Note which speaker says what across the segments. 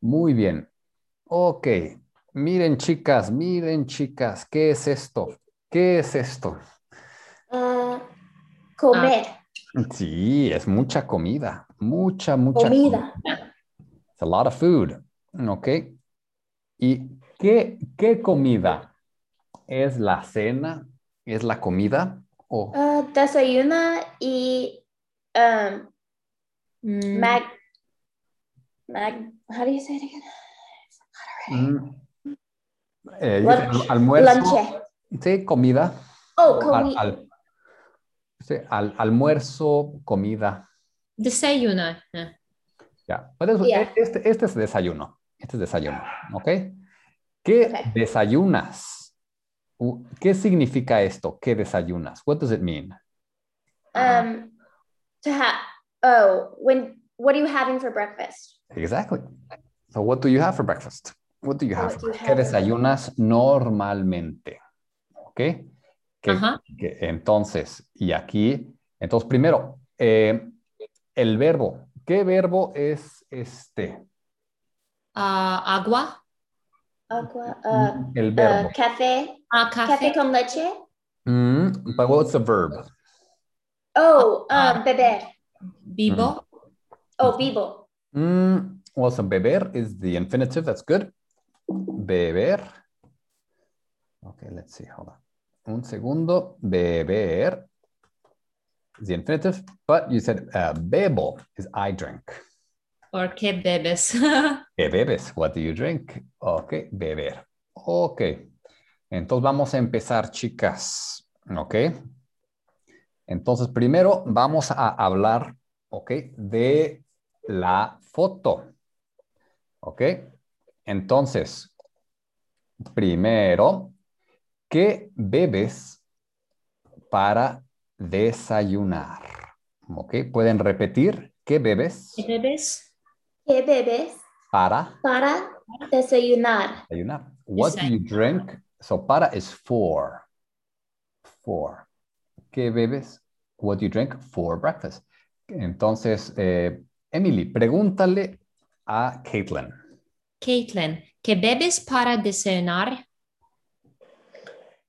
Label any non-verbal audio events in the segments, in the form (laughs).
Speaker 1: Muy bien. Ok. Miren, chicas, miren, chicas, ¿qué es esto? ¿Qué es esto?
Speaker 2: Ah, comer.
Speaker 1: Ah, Sí, es mucha comida. Mucha, mucha
Speaker 2: comida.
Speaker 1: It's a lot of food. Ok. ¿Y qué, qué comida? ¿Es la cena? ¿Es la comida? ¿O
Speaker 2: Ah, desayuna y um,
Speaker 3: Mm,
Speaker 2: mag, mag, how do you say it again?
Speaker 1: Mm. Eh,
Speaker 2: Lunch.
Speaker 1: al- almuerzo.
Speaker 2: Lunch.
Speaker 1: Sí, comida.
Speaker 2: Oh,
Speaker 1: Al,
Speaker 2: comi-
Speaker 1: al- sí, al- almuerzo, comida.
Speaker 3: Desayuno. Ah,
Speaker 1: Ya. Pero eso-
Speaker 2: Yeah.
Speaker 1: este, este es desayuno. Este es desayuno. ¿Ok? ¿Qué
Speaker 2: Ok.
Speaker 1: desayunas? U- ¿Qué significa esto? ¿Qué desayunas? What does it mean?
Speaker 2: um, to have, oh, when, what are you having for breakfast?
Speaker 1: Exactly. So what do you have for breakfast? What do you have? for
Speaker 2: What do you
Speaker 1: breakfast? ¿Qué
Speaker 2: have for
Speaker 1: desayunas normalmente? ¿Ok? Que-
Speaker 3: Ajá.
Speaker 1: que- entonces, y aquí, entonces primero, eh, el verbo. ¿Qué verbo es este?
Speaker 3: Ah, agua.
Speaker 2: Agua, uh,
Speaker 1: el
Speaker 2: uh,
Speaker 1: Mm, verbo.
Speaker 2: café,
Speaker 3: Ah,
Speaker 2: café
Speaker 3: café.
Speaker 2: con leche.
Speaker 1: Mm, but what's the verb?
Speaker 2: Oh,
Speaker 1: Ah,
Speaker 2: um, beber.
Speaker 3: Vivo.
Speaker 2: Oh, vivo.
Speaker 1: Mm, well, so beber is the infinitive. That's good. Beber. Okay, let's see. Hold on. Un segundo. Beber is the infinitive, but you said uh, bebo is I drink.
Speaker 3: ¿Por qué bebes? (laughs)
Speaker 1: ¿Qué bebes? What do you drink? Ok, beber. Ok. Entonces vamos a empezar, chicas. Ok. Entonces primero vamos a hablar, ok, de la foto. Ok. Entonces, primero, ¿qué bebes para desayunar? Ok. ¿Pueden repetir? ¿Qué bebes
Speaker 3: ¿Qué bebes?
Speaker 2: ¿Qué bebes
Speaker 1: para
Speaker 2: para desayunar?
Speaker 1: Desayunar. What do you drink? So para is for. For. ¿Qué bebes? What do you drink for breakfast? Entonces, eh, Emily, pregúntale a Caitlin.
Speaker 3: Caitlin, ¿qué bebes para desayunar?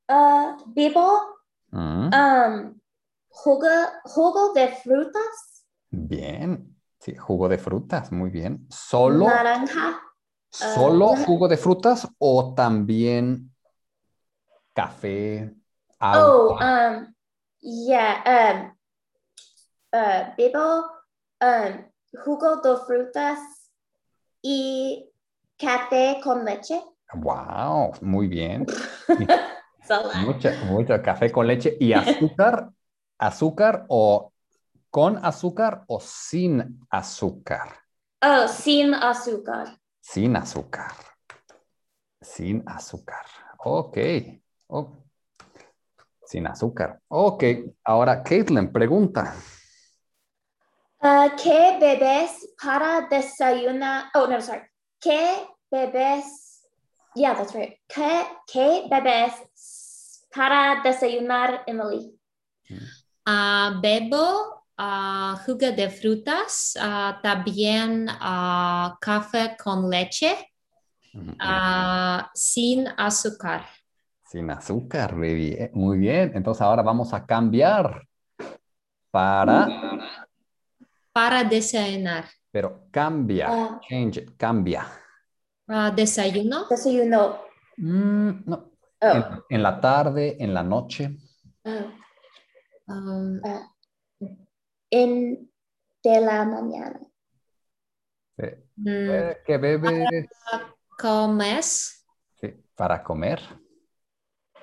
Speaker 2: Uh, vivo,
Speaker 1: Mm,
Speaker 2: um, jugo, jugo de frutas.
Speaker 1: Bien. Sí, jugo de frutas. Muy bien. ¿Solo,
Speaker 2: Naranja.
Speaker 1: solo
Speaker 2: ah.
Speaker 1: jugo de frutas o también café?
Speaker 2: Oh,
Speaker 1: Ah, agua?
Speaker 2: um, yeah, um, uh, bebo, um, jugo de frutas y café con leche.
Speaker 1: Wow, muy bien.
Speaker 2: Salad.
Speaker 1: Mucho, mucho café con leche y (laughs) azúcar, azúcar o con azúcar o sin azúcar,
Speaker 2: Oh, sin azúcar.
Speaker 1: sin azúcar, sin azúcar. Ok, Oh, sin azúcar. Ok, ahora Caitlin pregunta.
Speaker 2: Uh, ¿Qué bebes para desayunar? Oh, no, sorry. ¿Qué bebes? Yeah, that's right. ¿Qué, qué bebes para desayunar, Emily?
Speaker 3: Ah, bebo ah, jugo de frutas, ah, también ah, café con leche, ah, sin azúcar.
Speaker 1: Sin azúcar, muy bien. Muy bien. Entonces ahora vamos a cambiar para,
Speaker 3: Para desayunar.
Speaker 1: pero cambia,
Speaker 2: Uh,
Speaker 1: change, it, cambia.
Speaker 3: Ah, desayuno.
Speaker 2: desayuno.
Speaker 1: Mm, no, En,
Speaker 2: Oh,
Speaker 1: en la tarde, en la noche,
Speaker 2: oh.
Speaker 3: um,
Speaker 2: En de la mañana.
Speaker 3: mm,
Speaker 1: eh, ¿qué bebes
Speaker 3: comes
Speaker 1: Sí, para comer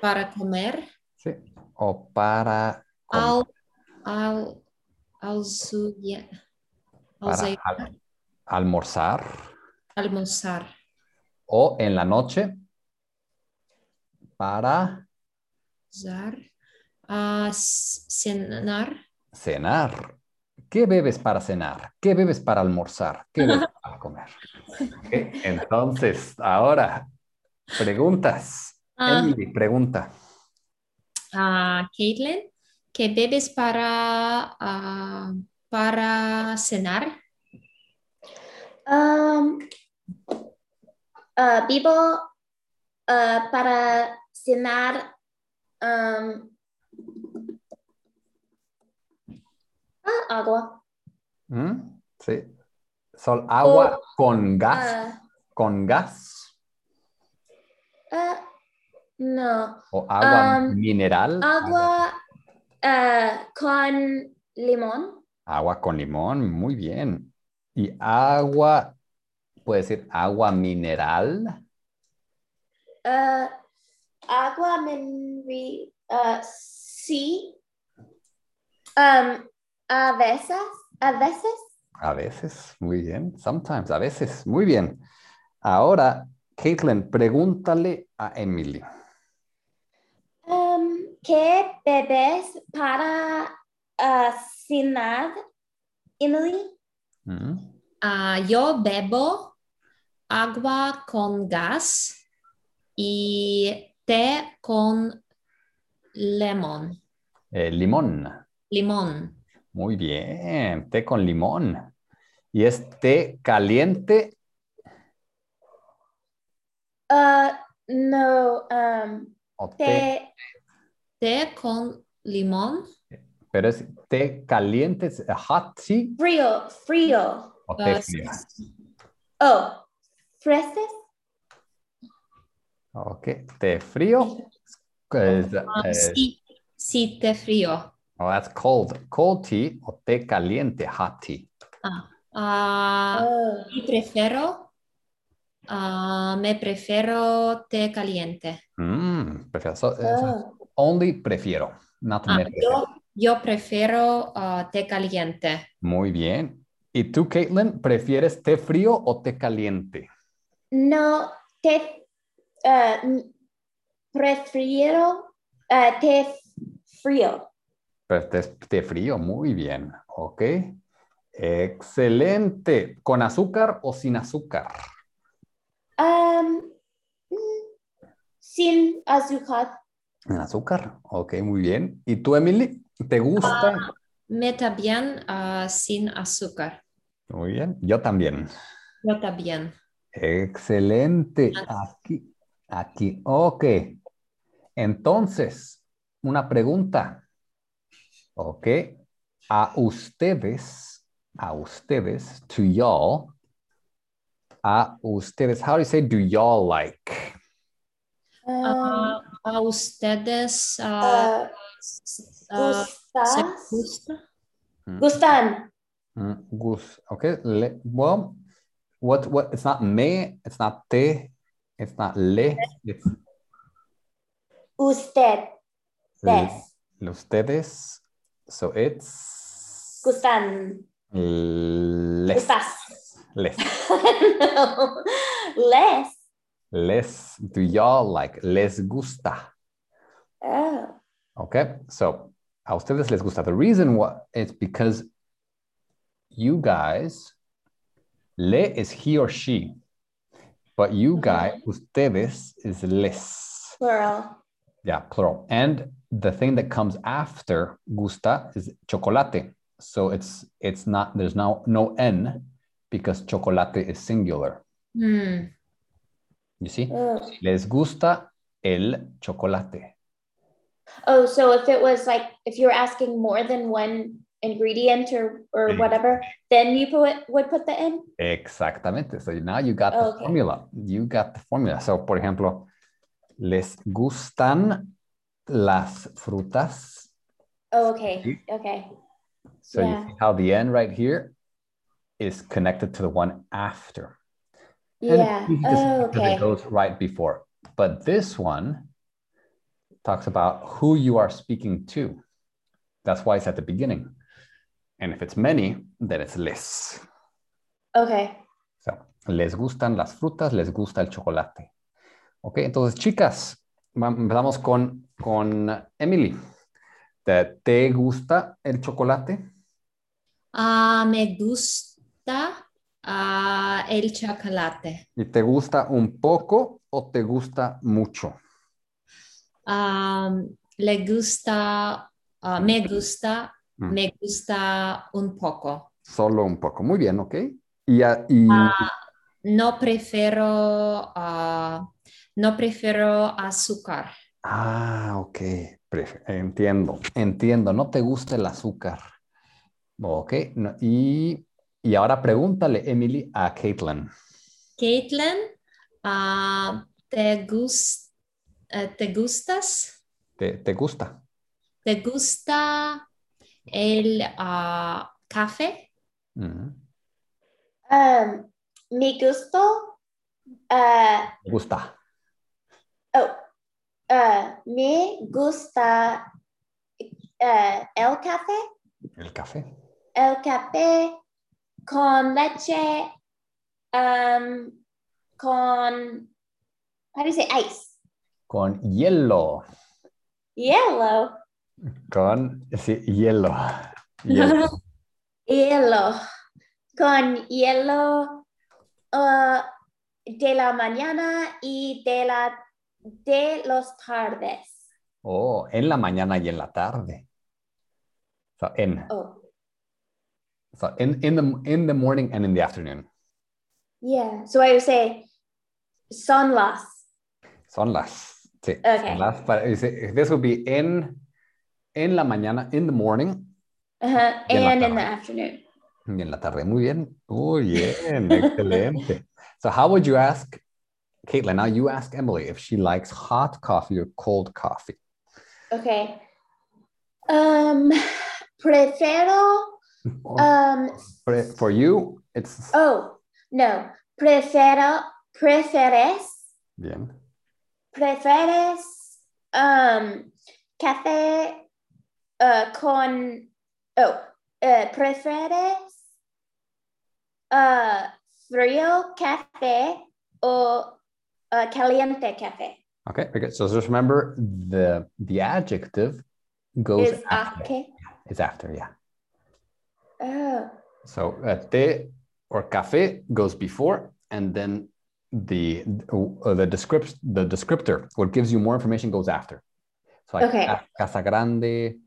Speaker 3: para comer.
Speaker 1: sí, o para, com-
Speaker 3: Al, al, alzuya-
Speaker 1: para
Speaker 3: alzay-
Speaker 1: al- almorzar
Speaker 3: almorzar.
Speaker 1: o en la noche para
Speaker 3: Zar. Ah, s- cenar.
Speaker 1: cenar. ¿Qué bebes para cenar? ¿Qué bebes para almorzar? ¿Qué bebes para comer? Ok, Entonces, ahora, preguntas.
Speaker 3: Ah,
Speaker 1: Emily, pregunta.
Speaker 3: ah, Caitlin, ¿qué bebes para, ah, para cenar?
Speaker 2: Um, uh, vivo uh, para cenar. um, ah, agua.
Speaker 1: ¿Mm? Sí. Sol,
Speaker 3: Oh.
Speaker 1: agua con gas.
Speaker 3: Ah.
Speaker 2: Uh,
Speaker 1: con gas
Speaker 2: uh, no.
Speaker 1: o agua
Speaker 2: um,
Speaker 1: mineral.
Speaker 2: Agua uh, con limón.
Speaker 1: Agua con limón, muy bien. Y agua, puede decir agua mineral.
Speaker 2: Uh, agua mineral. Uh, sí. Um, a veces. A veces.
Speaker 1: A veces, muy bien. Sometimes, a veces, muy bien. Ahora, Caitlin, pregúntale a Emily.
Speaker 2: Um, ¿Qué bebes para uh, cenar, Emily?
Speaker 1: Ujú.
Speaker 3: Ah, yo bebo agua con gas y té con lemon,
Speaker 1: Eh, limón,
Speaker 3: limón.
Speaker 1: muy bien. Té con limón. Y es té caliente.
Speaker 2: Uh, no, um,
Speaker 1: o té,
Speaker 2: te,
Speaker 3: Té con limón,
Speaker 1: pero es té caliente, es hot tea
Speaker 2: frío, frío.
Speaker 1: o té
Speaker 3: gas.
Speaker 1: frío.
Speaker 2: Oh, fresas?
Speaker 1: Ok, té frío. Es,
Speaker 3: Ah,
Speaker 1: eh,
Speaker 3: sí, sí, té frío.
Speaker 1: oh, that's cold. Cold tea o té caliente, hot tea.
Speaker 3: Ah,
Speaker 2: Oh.
Speaker 3: y prefiero, ah, me prefiero té caliente.
Speaker 1: Mm, prefiero. so- eh, so-
Speaker 2: Oh.
Speaker 1: only prefiero. Not
Speaker 3: Ah,
Speaker 1: me prefiero.
Speaker 3: yo, yo prefiero ah, té caliente.
Speaker 1: Muy bien. ¿Y tú, Caitlin, prefieres té frío o té caliente?
Speaker 2: No, te uh, n- prefiero uh, te frío.
Speaker 1: Pre- Pues, Té, té frío, muy bien. Ok. Excelente. ¿Con azúcar o sin azúcar?
Speaker 2: Um, mm, sin azúcar.
Speaker 1: Sin azúcar. Ok, muy bien. ¿Y tú, Emily? ¿Te gusta?
Speaker 3: Ah. Me también ah, sin azúcar.
Speaker 1: Muy bien. Yo también.
Speaker 3: Yo también.
Speaker 1: Excelente.
Speaker 3: Ah.
Speaker 1: Aquí, aquí. Ok. Entonces, una pregunta. Ok. A ustedes, a ustedes, to y'all, a ustedes, how do you say do y'all like?
Speaker 2: Um,
Speaker 3: Ah, a ustedes ah,
Speaker 2: uh,
Speaker 3: s- ah, se
Speaker 2: gustas,
Speaker 3: gusta.
Speaker 2: gustan.
Speaker 1: Mm, Gus. Okay. Le, well, what, what, it's not me, it's not te, it's not le, it's
Speaker 2: Usted.
Speaker 1: le-
Speaker 2: Ustedes.
Speaker 1: ustedes. So it's.
Speaker 2: Gustan.
Speaker 1: Les.
Speaker 2: Gustas. (laughs)
Speaker 1: Les.
Speaker 2: no. Less.
Speaker 1: Les. Do y'all like? Les gusta.
Speaker 2: Oh.
Speaker 1: Okay. So, a ustedes les gusta. The reason why it's because you guys, le is he or she, but you guys, ustedes is les.
Speaker 2: Plural.
Speaker 1: Yeah, plural. And the thing that comes after gusta is chocolate. So it's it's not there's now no n because chocolate is singular.
Speaker 3: Mm,
Speaker 1: You see?
Speaker 2: Oh.
Speaker 1: Les gusta el chocolate.
Speaker 2: Oh, so if it was like if you were asking more than one ingredient or or
Speaker 1: Mm.
Speaker 2: whatever, then you put would put the in.
Speaker 1: Exactamente. So now you got the
Speaker 2: Okay.
Speaker 1: formula. You got the formula. So, por ejemplo, les gustan las frutas.
Speaker 2: Oh, okay,
Speaker 1: See?
Speaker 2: okay.
Speaker 1: Mm-hmm. So
Speaker 2: Yeah.
Speaker 1: you see how the n right here is connected to the one after. And it's
Speaker 2: Yeah.
Speaker 1: easy to see
Speaker 2: Oh,
Speaker 1: because
Speaker 2: okay.
Speaker 1: It goes right before. But this one talks about who you are speaking to. That's why it's at the beginning. And if it's many, then it's les.
Speaker 2: Okay.
Speaker 1: So, les gustan las frutas, les gusta el chocolate. Ok, entonces, chicas, va- empezamos con, con Emily. ¿Te, te gusta el chocolate?
Speaker 3: ah, me gusta ah, el chocolate.
Speaker 1: ¿Y te gusta un poco o te gusta mucho?
Speaker 3: Ah, le gusta, ah, me gusta,
Speaker 1: Mm.
Speaker 3: me gusta un poco.
Speaker 1: Solo un poco. Muy bien, ok. Y, a- y-
Speaker 3: Ah, No prefiero, ah, no prefiero azúcar.
Speaker 1: Ah, ok. Pref- Entiendo, entiendo. No te gusta el azúcar. Ok. no- y, y ahora pregúntale, Emily, a Caitlin.
Speaker 3: Caitlin, ah, ¿te, gus- eh, ¿te gustas?
Speaker 1: ¿Te, te gusta?
Speaker 3: ¿Te gusta el ah, café?
Speaker 1: Ujú.
Speaker 2: Um, me gusto. Uh,
Speaker 1: ¿Te gusta?
Speaker 2: oh, uh, me gusta uh, el café.
Speaker 1: ¿El café?
Speaker 2: El café con leche. Um, con. How do you say ice?
Speaker 1: Con hielo.
Speaker 2: Yellow.
Speaker 1: Con, sí, hielo.
Speaker 3: (laughs)
Speaker 1: Hielo.
Speaker 2: Hielo. Con hielo uh, de la mañana y de, la, de los tardes.
Speaker 1: Oh, en la mañana y en la tarde. So, en.
Speaker 2: Oh,
Speaker 1: So, in, in the, in the morning and in the afternoon.
Speaker 2: yeah. So I would say son las.
Speaker 1: Son las. Sí. son
Speaker 2: Okay.
Speaker 1: las para- dice, this would be en, en la mañana, in the morning,
Speaker 2: Uh-huh.
Speaker 1: Y en la
Speaker 2: And in the
Speaker 1: tarde.
Speaker 2: afternoon.
Speaker 1: y en la tarde. Muy bien. Muy bien. Excelente. So, how would you ask, Caitlin? Now you ask Emily if she likes hot coffee or cold coffee.
Speaker 2: Okay. Um, prefiero.
Speaker 1: Oh.
Speaker 2: Um,
Speaker 1: For, for you, it's.
Speaker 2: oh, no. Prefiero. Preferes.
Speaker 1: Bien.
Speaker 2: ¿Prefieres um, café eh, con... Oh, eh, ¿Prefieres eh, frío café o eh, caliente café?
Speaker 1: Okay. Okay. So, just remember the the adjective goes
Speaker 2: Is
Speaker 1: after.
Speaker 2: okay.
Speaker 1: It's after, yeah.
Speaker 2: Oh,
Speaker 1: So uh, te or café goes before, and then the uh, the descript the descriptor, what gives you more information, goes after. So like
Speaker 2: Okay.
Speaker 1: ca- casa grande,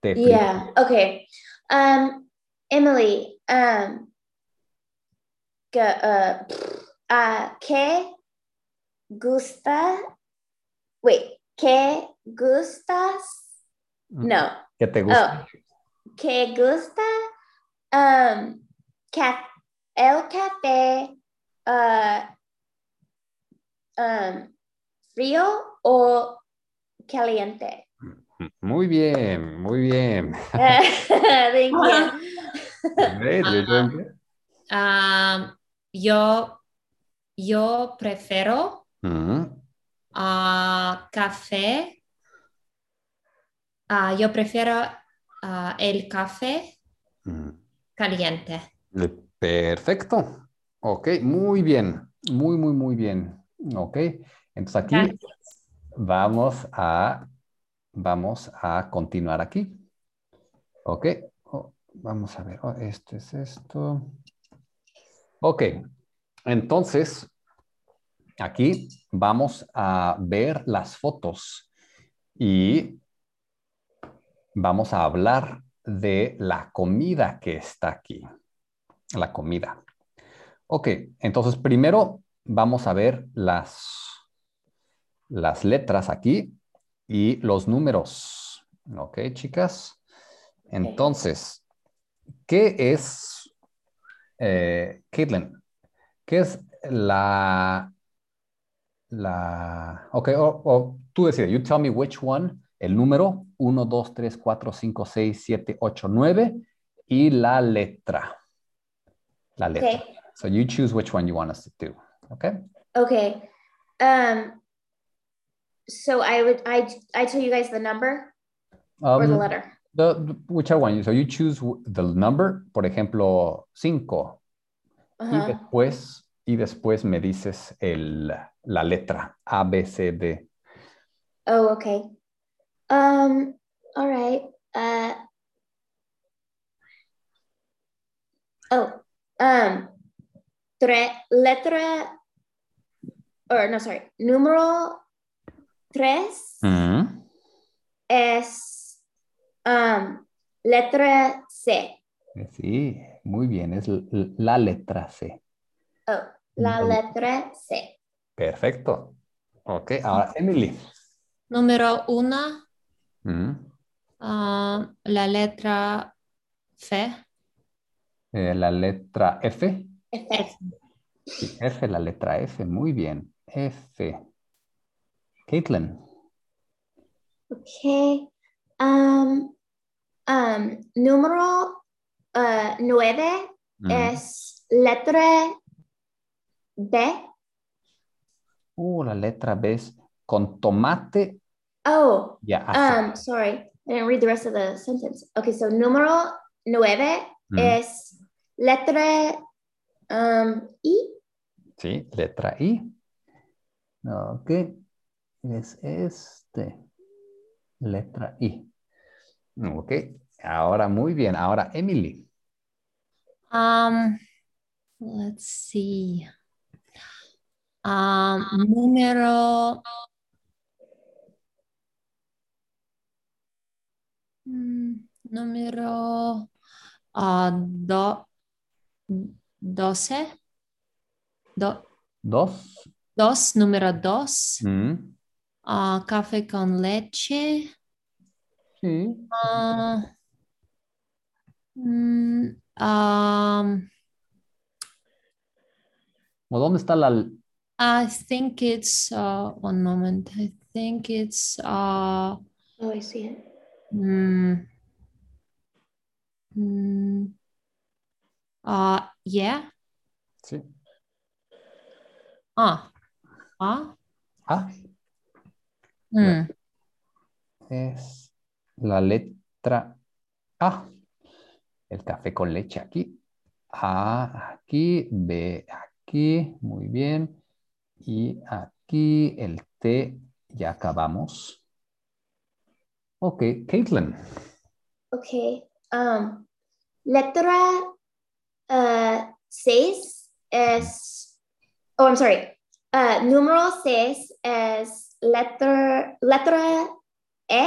Speaker 1: te frío.
Speaker 2: yeah, okay. Um, Emily, um, que, uh, ah, ¿qué gusta? Wait, ¿qué gustas? No.
Speaker 1: ¿Qué Mm-hmm. te gusta?
Speaker 2: que gusta um, ca- el café uh, um, frío o caliente. (laughs) Oh.
Speaker 1: Mm-hmm. Muy bien, muy bien.
Speaker 2: Thank you.
Speaker 1: Great, you're doing good.
Speaker 3: Ah, yo, yo prefiero
Speaker 2: Uh-huh.
Speaker 1: Mhm.
Speaker 3: ah, café. Ah, yo prefiero ah, el café
Speaker 1: Mhm.
Speaker 3: caliente.
Speaker 1: Perfecto. Ok, muy bien. Muy, muy, muy bien. Ok, entonces aquí
Speaker 3: Gracias.
Speaker 1: Vamos a, vamos a continuar aquí. Ok, oh, vamos a ver, oh, este es esto. Ok, entonces aquí vamos a ver las fotos y vamos a hablar de la comida que está aquí, la comida. Ok, entonces primero vamos a ver las las letras aquí y los números. ¿Ok, chicas? Entonces, ¿qué es, eh, Caitlin? ¿Qué es la, la, ok, o- o tú decides, you tell me which one, el número 1, 2, 3, 4, 5, 6, 7, 8, 9 y la letra. La letra.
Speaker 2: Okay.
Speaker 1: So you choose which one you want us to do. Okay?
Speaker 2: Okay. Um, so I would I I tell you guys the number or the
Speaker 1: Um,
Speaker 2: letter.
Speaker 1: The, the- whichever one. So you choose w- the number, por ejemplo, 5. Y
Speaker 2: Uh-huh.
Speaker 1: después, y después me dices el, la letra A, B, C, D.
Speaker 2: Oh, okay. Um, all right. Uh, oh, um, tre, letra, or no, sorry, número tres
Speaker 1: Hmm.
Speaker 2: es um, letra C.
Speaker 1: Eh, Sí, muy bien. Es l- la letra C.
Speaker 2: Oh, La
Speaker 1: Muy bien.
Speaker 2: letra C.
Speaker 1: Perfecto. Ok, ahora Emily.
Speaker 3: Número uno,
Speaker 1: Mm.
Speaker 3: ah, la letra F.
Speaker 1: Eh, la letra F.
Speaker 2: F.
Speaker 1: Sí, F, la letra F. Muy bien. F. Caitlin.
Speaker 2: Okay. Um, um, número uh, nueve
Speaker 1: Mm.
Speaker 2: es letra B.
Speaker 1: Uh, la letra B es con tomate
Speaker 2: Oh,
Speaker 1: y ajo.
Speaker 2: um, sorry. I didn't read the rest of the sentence. Okay, so número nueve
Speaker 1: Mm.
Speaker 2: es letra um, I.
Speaker 1: Sí, letra I. Ok. Es este. Letra I. Ok. Ahora muy bien. Ahora Emily.
Speaker 3: Um, let's see. Um, número. Mm, Número ah, do, doce. Do-
Speaker 1: Dos.
Speaker 3: dos, número dos.
Speaker 1: Mm.
Speaker 3: Ah, café con leche.
Speaker 1: Sí.
Speaker 3: Ah, mm, um,
Speaker 1: ¿O dónde está la... l-
Speaker 3: I think it's uh, one moment. I think it's uh,
Speaker 2: Oh, I see it.
Speaker 3: mm, mm, uh, yeah.
Speaker 1: Sí.
Speaker 3: Ah, ah,
Speaker 1: Ah,
Speaker 3: mm,
Speaker 1: es la letra A. El café con leche aquí. A aquí, B aquí, muy bien. Y aquí el T, ya acabamos. Ok, Caitlin.
Speaker 2: Okay. Um, letra uh, seis es. Oh, I'm sorry. Uh, número seis es letra, letra E.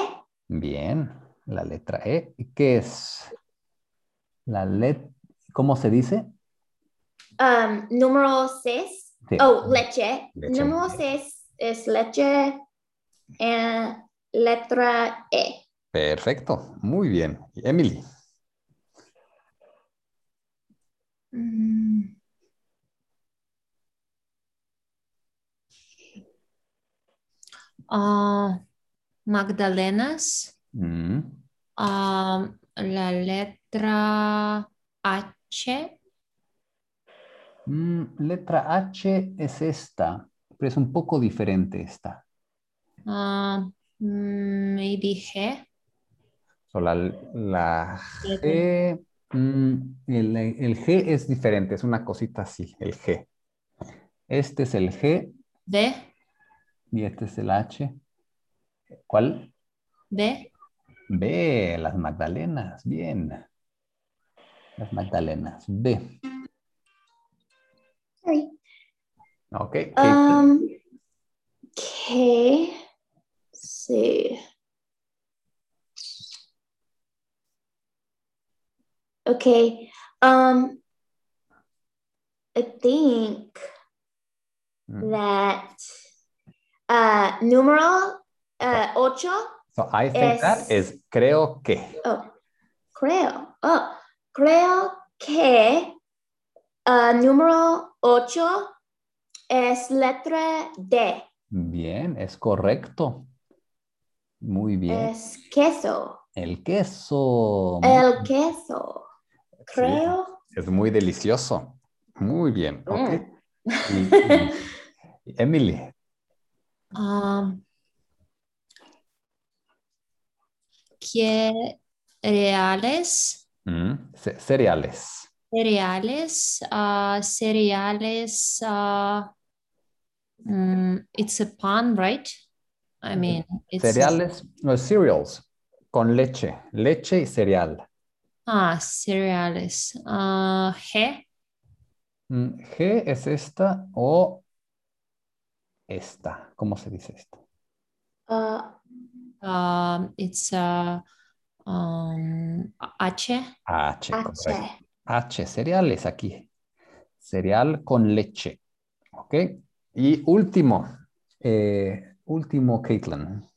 Speaker 1: Bien, la letra E. ¿Y qué es? La let, ¿cómo se dice?
Speaker 2: Um, número seis.
Speaker 1: Sí.
Speaker 2: Oh, leche.
Speaker 1: E. Leche.
Speaker 2: Número seis es leche. eh, letra E.
Speaker 1: Perfecto, muy bien. Y Emily.
Speaker 3: mm. Ah, Magdalenas,
Speaker 1: Mm,
Speaker 3: um, la letra H.
Speaker 1: mm, letra H es esta, pero es un poco diferente esta.
Speaker 3: Um, mm, maybe G.
Speaker 1: So, la, la G, mm, el, el G es diferente, es una cosita así, el G. Este es el G
Speaker 3: B,
Speaker 1: y este es el H. ¿Cuál?
Speaker 3: B.
Speaker 1: B, las Magdalenas, bien. Las Magdalenas, B.
Speaker 2: Sorry.
Speaker 1: Ok. Kate.
Speaker 2: Um, okay. Let's see. Okay. Um, I think
Speaker 1: Mm.
Speaker 2: that uh, numero uh, ocho.
Speaker 1: So I think that
Speaker 2: es-
Speaker 1: is creo que.
Speaker 2: Oh, creo. Oh, creo que uh, número ocho es letra D.
Speaker 1: Bien, es correcto. Muy bien.
Speaker 2: Es queso.
Speaker 1: El queso. muy
Speaker 2: El queso.
Speaker 1: Sí,
Speaker 2: Creo.
Speaker 1: Es muy delicioso. Muy bien.
Speaker 2: Mm.
Speaker 1: ok. Y-
Speaker 2: (laughs)
Speaker 1: y- Emily,
Speaker 3: Um, que reales,
Speaker 1: mm, ce- cereales.
Speaker 3: cereales, uh, cereales. Uh, mm, it's a pun, right? I mean, it's a-
Speaker 1: Cereales, no, cereals, con leche. Leche y cereal.
Speaker 3: ah, cereales. Uh, G,
Speaker 1: Mm, G es esta o esta. ¿Cómo se dice esta?
Speaker 2: Uh,
Speaker 3: um, it's uh, um, H.
Speaker 1: H,
Speaker 2: H.
Speaker 1: correcto. H, cereales aquí. Cereal con leche. Ok. Y último. eh, último, Caitlin.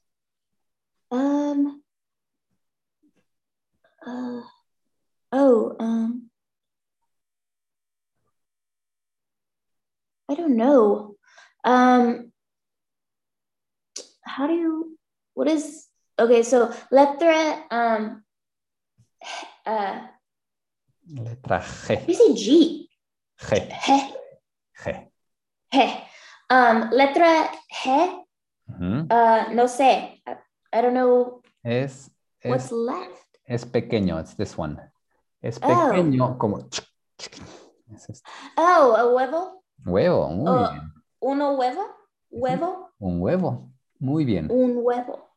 Speaker 2: Um. Uh, oh. Um. I don't know. Um. How do you? What is? Okay, so letra. Um. Uh.
Speaker 1: Letra G.
Speaker 2: You say G.
Speaker 1: G.
Speaker 2: Heh.
Speaker 1: G.
Speaker 2: Heh. Um. Letra heh.
Speaker 1: Ujú.
Speaker 2: Uh. No sé. I, I don't know
Speaker 1: Es,
Speaker 2: what's
Speaker 1: es,
Speaker 2: left.
Speaker 1: es pequeño. It's this one. Es
Speaker 2: Oh.
Speaker 1: pequeño como... Es este
Speaker 2: Oh, a huevo.
Speaker 1: huevo. Muy
Speaker 2: Oh.
Speaker 1: bien.
Speaker 2: Uno huevo. Huevo.
Speaker 1: Un huevo. Muy bien.
Speaker 2: Un huevo.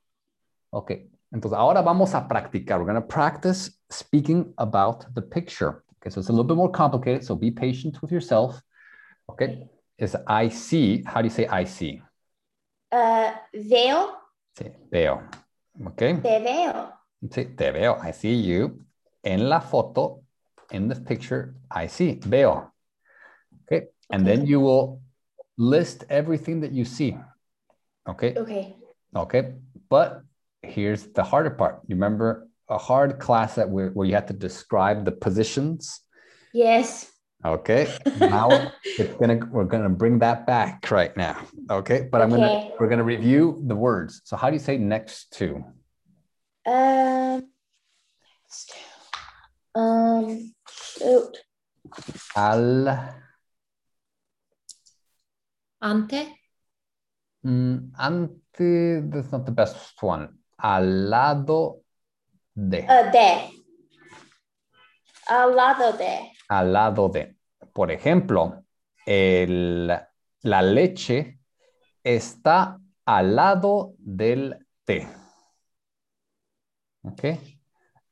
Speaker 1: Ok, entonces ahora vamos a practicar. We're going to practice speaking about the picture. Okay, so it's a little bit more complicated, so be patient with yourself. Okay, is I see. How do you say I see?
Speaker 2: Uh, veo,
Speaker 1: Sí, veo. Okay,
Speaker 2: te veo.
Speaker 1: sí, te veo. I see you. En la foto, in the picture, I see. Veo. Okay, and
Speaker 2: Okay.
Speaker 1: then you will list everything that you see. Okay,
Speaker 2: Okay.
Speaker 1: Okay, but here's the harder part. You remember a hard class that where, where you had to describe the positions.
Speaker 2: Yes.
Speaker 1: Okay, now it's gonna we're gonna bring that back right now. Okay, but I'm gonna
Speaker 2: Okay.
Speaker 1: we're gonna review the words. So how do you say next to?
Speaker 2: Um. Um. Shoot.
Speaker 1: Al
Speaker 3: Ante.
Speaker 1: mm, ante. That's not the best one. Al lado de.
Speaker 2: Uh, de. Al lado de.
Speaker 1: al lado de. Por ejemplo, el- la leche está al lado del té. ¿Ok?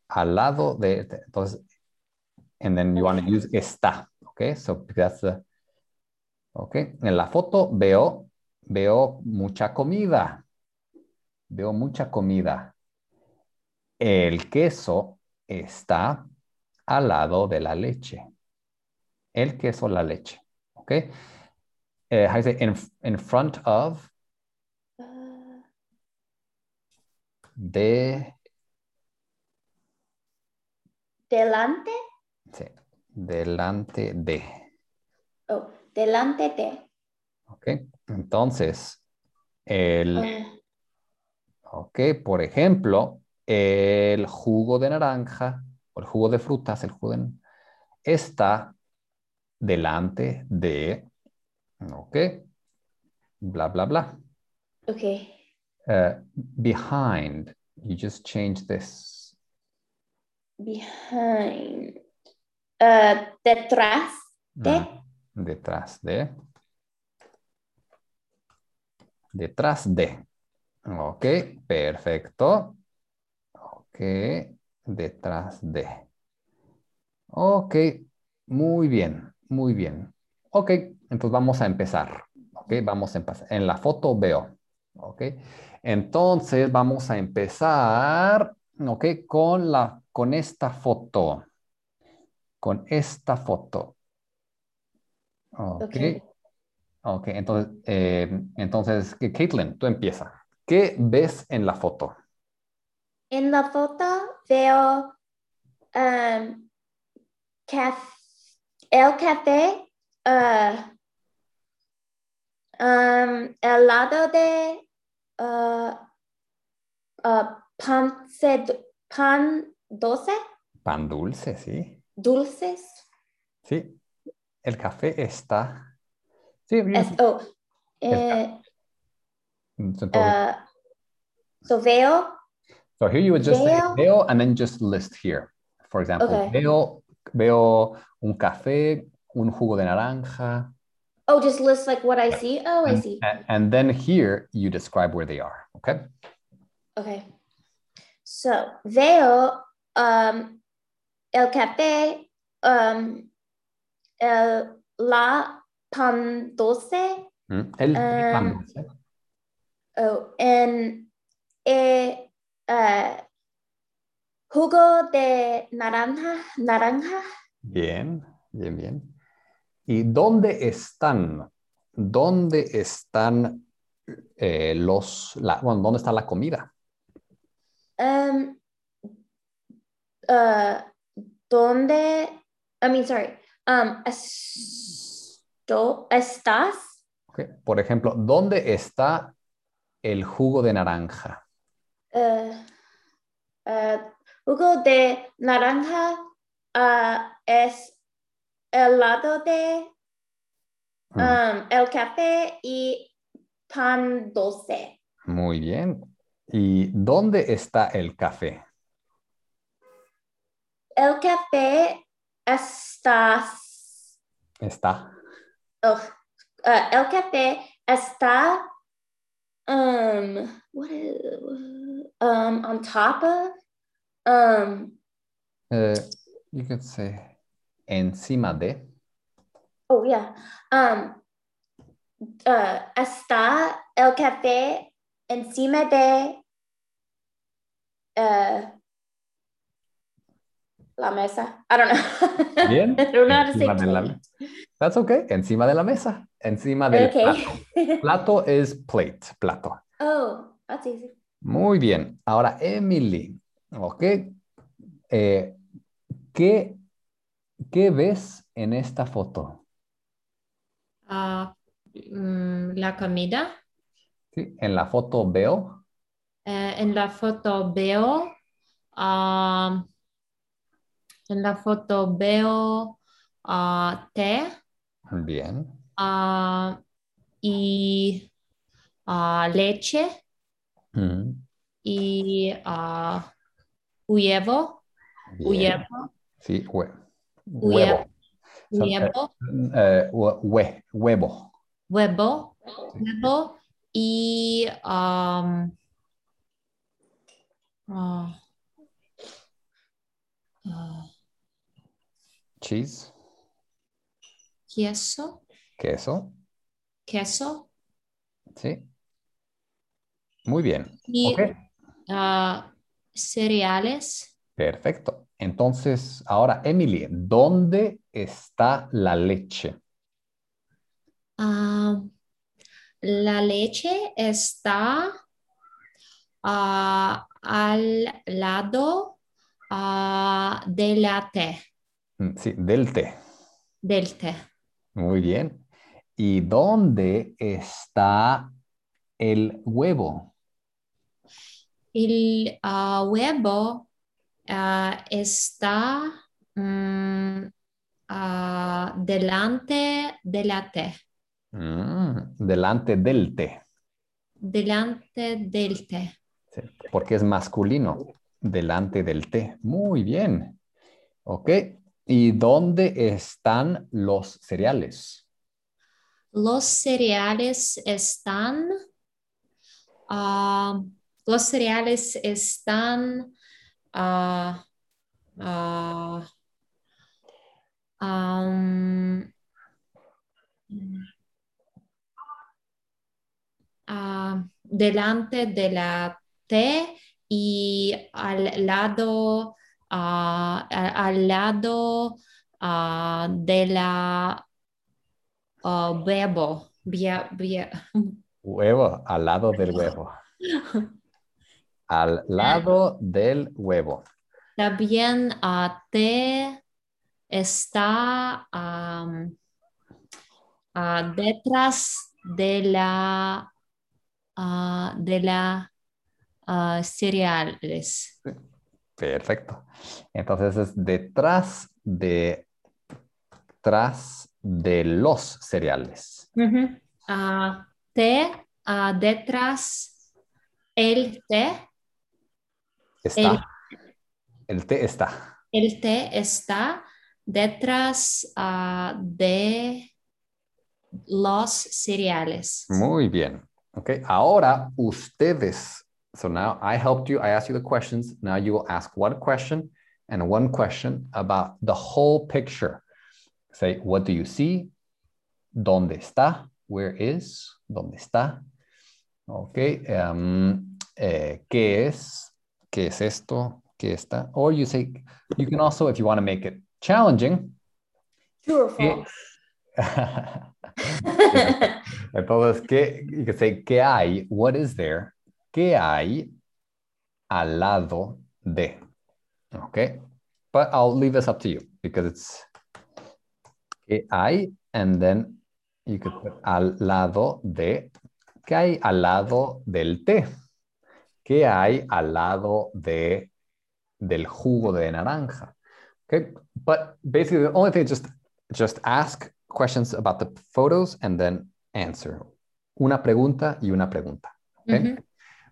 Speaker 1: Al lado de. de- Entonces, and then you want to use está. ¿Ok? So that's the. ¿Ok? En la foto veo, veo mucha comida. Veo mucha comida. El queso está al lado de la leche. El queso, la leche. ¿Ok? Eh, how do you say in, in front of,
Speaker 2: Uh,
Speaker 1: de,
Speaker 2: delante.
Speaker 1: sí, delante de.
Speaker 2: Oh, delante de.
Speaker 1: ¿Ok? Entonces, el,
Speaker 2: Uh,
Speaker 1: ok, por ejemplo, el jugo de naranja o el jugo de frutas, el jugo de, está delante de, ¿ok? Bla, bla, bla.
Speaker 2: okay.
Speaker 1: Uh, behind, you just change this.
Speaker 2: Behind. Uh, detrás de.
Speaker 1: Ujú. mm, Detrás de. Detrás de. Ok, perfecto. Ok, detrás de. Ok, muy bien, muy bien. Ok, entonces vamos a empezar. Ok, vamos a empezar. En la foto veo. Ok, entonces vamos a empezar. Ok, con la, con esta foto. Con esta foto. Ok.
Speaker 2: Okay.
Speaker 1: Ok, entonces, eh, entonces, que- Caitlin, tú empieza. ¿Qué ves en la foto?
Speaker 2: En la foto veo um, caf- el café uh, um, al lado de uh, uh, pan, sed- pan doce,
Speaker 1: Pan dulce, ¿sí?
Speaker 2: dulces.
Speaker 1: Sí. El café está. Sí, bien.
Speaker 2: Es- oh,
Speaker 1: El
Speaker 2: eh,
Speaker 1: So,
Speaker 2: uh, so veo,
Speaker 1: so here you would just say
Speaker 2: veo-
Speaker 1: veo and then just list here. For example,
Speaker 2: Ok.
Speaker 1: veo, veo un café, un jugo de naranja.
Speaker 2: oh, just list like what I see. Oh, I
Speaker 1: And,
Speaker 2: see.
Speaker 1: a- and then here you describe where they are. Okay.
Speaker 2: Okay. So veo um, el café, um, el, la pan dulce,
Speaker 1: Mm, El, el
Speaker 2: Um,
Speaker 1: pan dulce.
Speaker 2: oh, en eh, uh, jugo de naranja, naranja,
Speaker 1: Bien, bien, bien. ¿Y dónde están? ¿Dónde están eh, los, la- bueno, dónde está la comida?
Speaker 2: Um, uh, donde, I mean, sorry, um, esto, estás,
Speaker 1: Ok, Por ejemplo, ¿dónde está el jugo de naranja?
Speaker 2: uh, uh, jugo de naranja, uh, es el lado de,
Speaker 1: Mm,
Speaker 2: um, el café y pan dulce.
Speaker 1: Muy bien. ¿Y dónde está el café?
Speaker 2: El café estás,
Speaker 1: Está.
Speaker 2: uh, el café está um what is um on top of um
Speaker 1: eh, you could say encima de.
Speaker 2: oh yeah um uh está el café encima de uh la mesa I don't know (laughs)
Speaker 1: Bien.
Speaker 2: I don't know how to say
Speaker 1: Encima de la
Speaker 2: plate.
Speaker 1: mesa. That's okay. Encima de la mesa. Encima del
Speaker 2: Okay.
Speaker 1: plato. Plato es plate, plato.
Speaker 2: oh that's easy
Speaker 1: Muy bien. Ahora, Emily, ¿ok? Eh, ¿qué, qué ves en esta foto?
Speaker 3: Ah, mm, la comida.
Speaker 1: ¿Sí? En la foto veo,
Speaker 3: Eh, en la foto veo, ah, en la foto veo ah, té
Speaker 1: bien,
Speaker 3: ah, y ah, leche
Speaker 1: Ujú,
Speaker 3: y ah, huevo,
Speaker 1: bien.
Speaker 3: huevo,
Speaker 1: Sí, hue-
Speaker 3: Huevo.
Speaker 1: huevo. Son-
Speaker 3: huevo,
Speaker 1: eh, hue- hue- huevo.
Speaker 3: huevo, huevo y um, ah, ah,
Speaker 1: Cheese,
Speaker 3: queso,
Speaker 1: queso,
Speaker 3: queso
Speaker 1: ¿sí? Muy bien,
Speaker 3: y
Speaker 1: ok,
Speaker 3: ah, cereales.
Speaker 1: perfecto. Entonces, ahora, Emily, ¿dónde está la leche?
Speaker 3: Ah, la leche está ah, al lado ah, de la té,
Speaker 1: Mm, Sí, del té.
Speaker 3: del té.
Speaker 1: Muy bien. ¿Y dónde está el huevo?
Speaker 3: El ah, huevo ah, está mm, ah, delante de la té,
Speaker 1: Mm, delante del té,
Speaker 3: delante del té.
Speaker 1: sí, porque es masculino. Delante del té. Muy bien. Ok. ¿Y dónde están los cereales?
Speaker 3: Los cereales están, ah, los cereales están ah, ah, am, ah, delante de la T y al lado, ah, a- al lado ah, de la ah, bebo. Bie- bie-
Speaker 1: Huevo, al lado del huevo. Al lado del huevo.
Speaker 3: También a T ah, está am, ah, detrás de la ah, de la ah, cereales.
Speaker 1: Perfecto. Entonces es detrás de, tras de los cereales.
Speaker 3: Ujú. Ah, T ah, detrás el T
Speaker 1: Está. El, té está.
Speaker 3: El té está detrás ah, de los cereales.
Speaker 1: Muy bien. Ok. Ahora ustedes. So now I helped you. I asked you the questions. Now you will ask one question and one question about the whole picture. Say, what do you see? ¿Dónde está? Where is? ¿Dónde está? Ok. um, eh, ¿Qué es? ¿Qué es esto? ¿Qué está? Or you say, you can also, if you want to make it challenging,
Speaker 2: Oh. true or
Speaker 1: (laughs) ¿qué-
Speaker 2: false
Speaker 1: Entonces, ¿qué? You could say, ¿qué hay? What is there? ¿Qué hay al lado de? Okay. But I'll leave this up to you because it's ¿qué hay? And then you could put al lado de. ¿Qué hay al lado del té? ¿Qué hay al lado de, del jugo de naranja? Okay. But basically, the only thing is just just ask questions about the photos and then answer. Una pregunta y una pregunta. Okay.
Speaker 3: Mhm.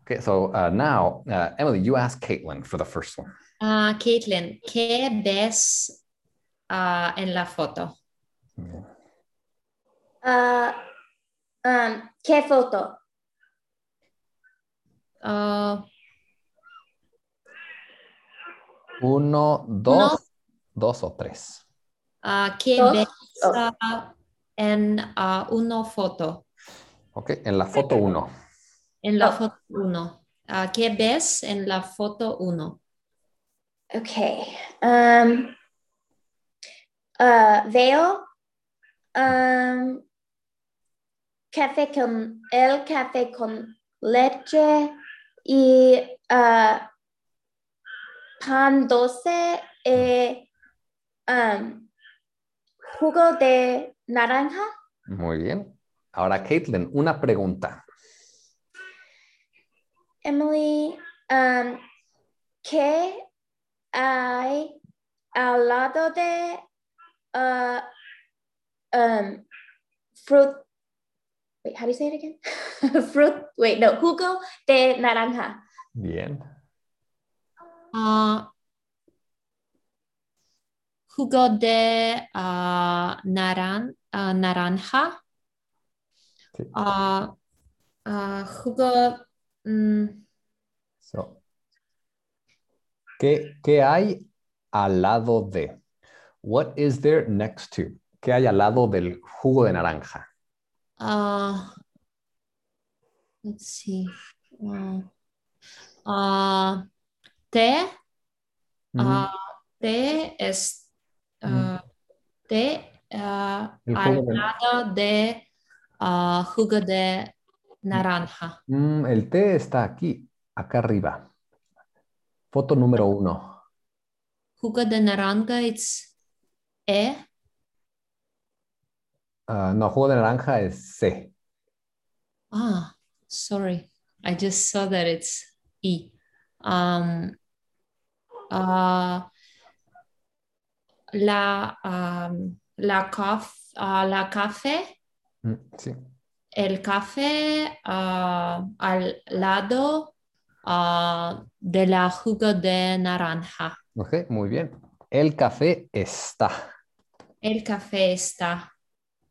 Speaker 1: Okay. So uh, now, uh, Emily, you ask Caitlin for the first one.
Speaker 3: Ah, Caitlin, ¿qué ves ah, en la foto?
Speaker 2: (laughs) Uh, um, ¿Qué foto?
Speaker 3: Ah,
Speaker 1: Uno, dos, dos o tres.
Speaker 3: ah, ¿Qué
Speaker 2: Dos.
Speaker 3: ves
Speaker 2: Oh.
Speaker 3: ah, en ah, una foto?
Speaker 1: Okay. En la foto uno.
Speaker 3: En la
Speaker 2: Oh.
Speaker 3: foto 1. ¿Qué ves en la foto 1?
Speaker 2: Okay. Um, uh, veo um, café con el café con leche y uh, pan dulce y um, jugo de naranja.
Speaker 1: Muy bien. Ahora, Caitlin, una pregunta.
Speaker 2: Emily, um, ¿qué hay al lado de uh, um, fruit? Wait, how do you say it again? (laughs) fruit, wait, no, jugo de naranja.
Speaker 1: Bien.
Speaker 3: Ah, jugo de ah, naran- ah, naranja.
Speaker 1: Sí.
Speaker 3: Ah, ah, jugo mm,
Speaker 1: So, ¿qué, qué hay al lado de? What is there next to? ¿Qué hay al lado del jugo de naranja?
Speaker 3: ah, let's see. ah, ah, té.
Speaker 1: Mhm.
Speaker 3: ah, té es ah, té ah,
Speaker 1: El
Speaker 3: al
Speaker 1: jugo de-
Speaker 3: lado de ah, jugo de naranja.
Speaker 1: Mm, el té está aquí, acá arriba. Foto número uno.
Speaker 3: Jugo de naranja it's E.
Speaker 1: Ah, no, jugo de naranja es C.
Speaker 3: Ah, sorry. I just saw that it's E. Um, ah, la, um, la, caf, ah, la café,
Speaker 1: Mm, sí.
Speaker 3: el café ah, al lado ah, de la jugo de naranja.
Speaker 1: Ok, muy bien. El café está.
Speaker 3: El café está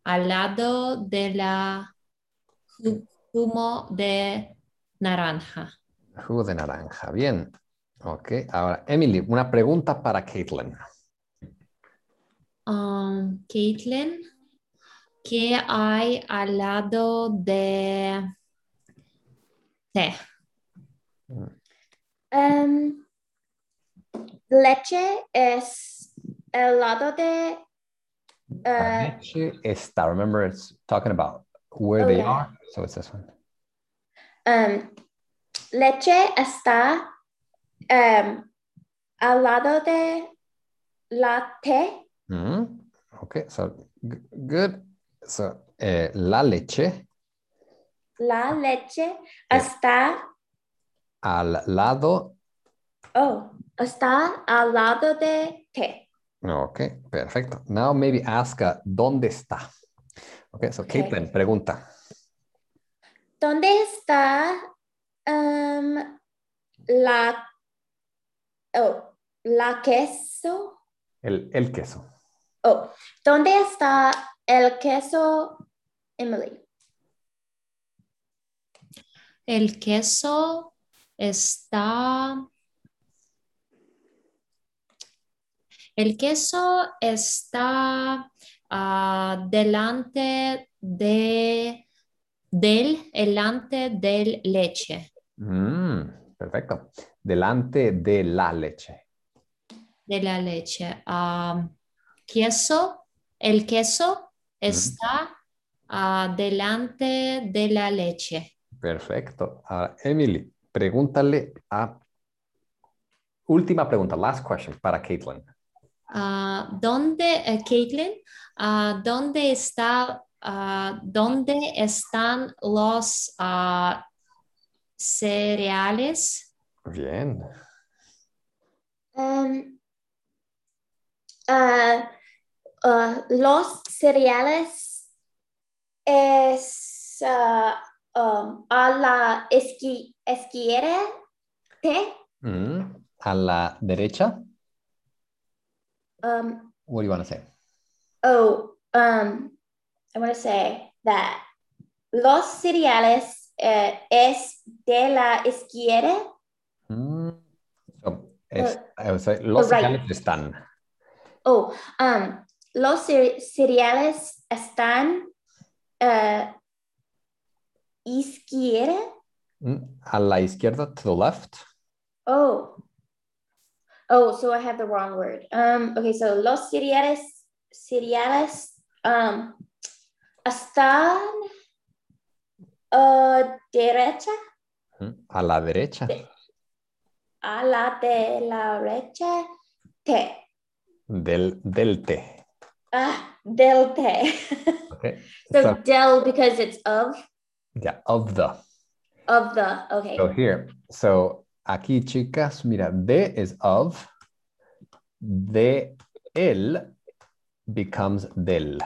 Speaker 3: al lado de la ju- jugo de naranja.
Speaker 1: Jugo de naranja, bien. Ok, ahora, Emily, una pregunta para
Speaker 2: Eh.
Speaker 1: Caitlin.
Speaker 3: Um, Caitlin, ¿qué hay al lado de té?
Speaker 2: Um, leche es al lado de uh,
Speaker 1: Leche está. Remember, it's talking about where
Speaker 2: Oh,
Speaker 1: they
Speaker 2: yeah.
Speaker 1: are. So it's this one.
Speaker 2: um, leche está um, al lado de la té.
Speaker 1: Mhm. Okay, so g- good. So eh, la leche
Speaker 2: La leche está,
Speaker 1: al lado.
Speaker 2: oh, está al lado de té.
Speaker 1: Okay, perfecto. Now maybe ask, uh, ¿dónde está? Okay, so
Speaker 2: Okay.
Speaker 1: Caitlin, pregunta.
Speaker 2: ¿Dónde está um, la, oh, la queso?
Speaker 1: El, el queso.
Speaker 2: Oh, ¿dónde está el queso, Emily?
Speaker 3: El queso está... El queso está ah, delante de... del, delante del leche.
Speaker 1: Mm, perfecto. Delante de la leche.
Speaker 3: de la leche. Am, queso, el queso está ah, delante de la leche.
Speaker 1: Perfecto. Ahora, Emily, pregúntale a... Última pregunta, last question para Caitlin.
Speaker 3: Ah, ¿Dónde, eh, Caitlin, ah, dónde está, ah, dónde están los ah, cereales?
Speaker 1: Bien.
Speaker 2: Um, uh, uh, los cereales es ah, um, a la esqui, esquiera te
Speaker 1: Mm. A la derecha.
Speaker 2: um,
Speaker 1: What do you want to say?
Speaker 2: oh um, I want to say that los cereales eh, es de la izquierda
Speaker 1: Mm. So, es- I would say,
Speaker 2: oh,
Speaker 1: los
Speaker 2: right.
Speaker 1: cereales están.
Speaker 2: Oh, um, los cere- cereales están eh, izquierda.
Speaker 1: Mm. A la izquierda, to the left.
Speaker 2: Oh. Oh, so I have the wrong word. Um, okay, so los cereales, cereales um, están uh, derecha
Speaker 1: Mm. A la derecha.
Speaker 2: a la de la derecha te,
Speaker 1: Del, del té.
Speaker 2: ah, del te.
Speaker 1: Okay.
Speaker 2: (laughs) so,
Speaker 1: So,
Speaker 2: del because it's of
Speaker 1: yeah, of the.
Speaker 2: of the okay.
Speaker 1: So here, so aquí, chicas, mira, de is of, de el becomes del.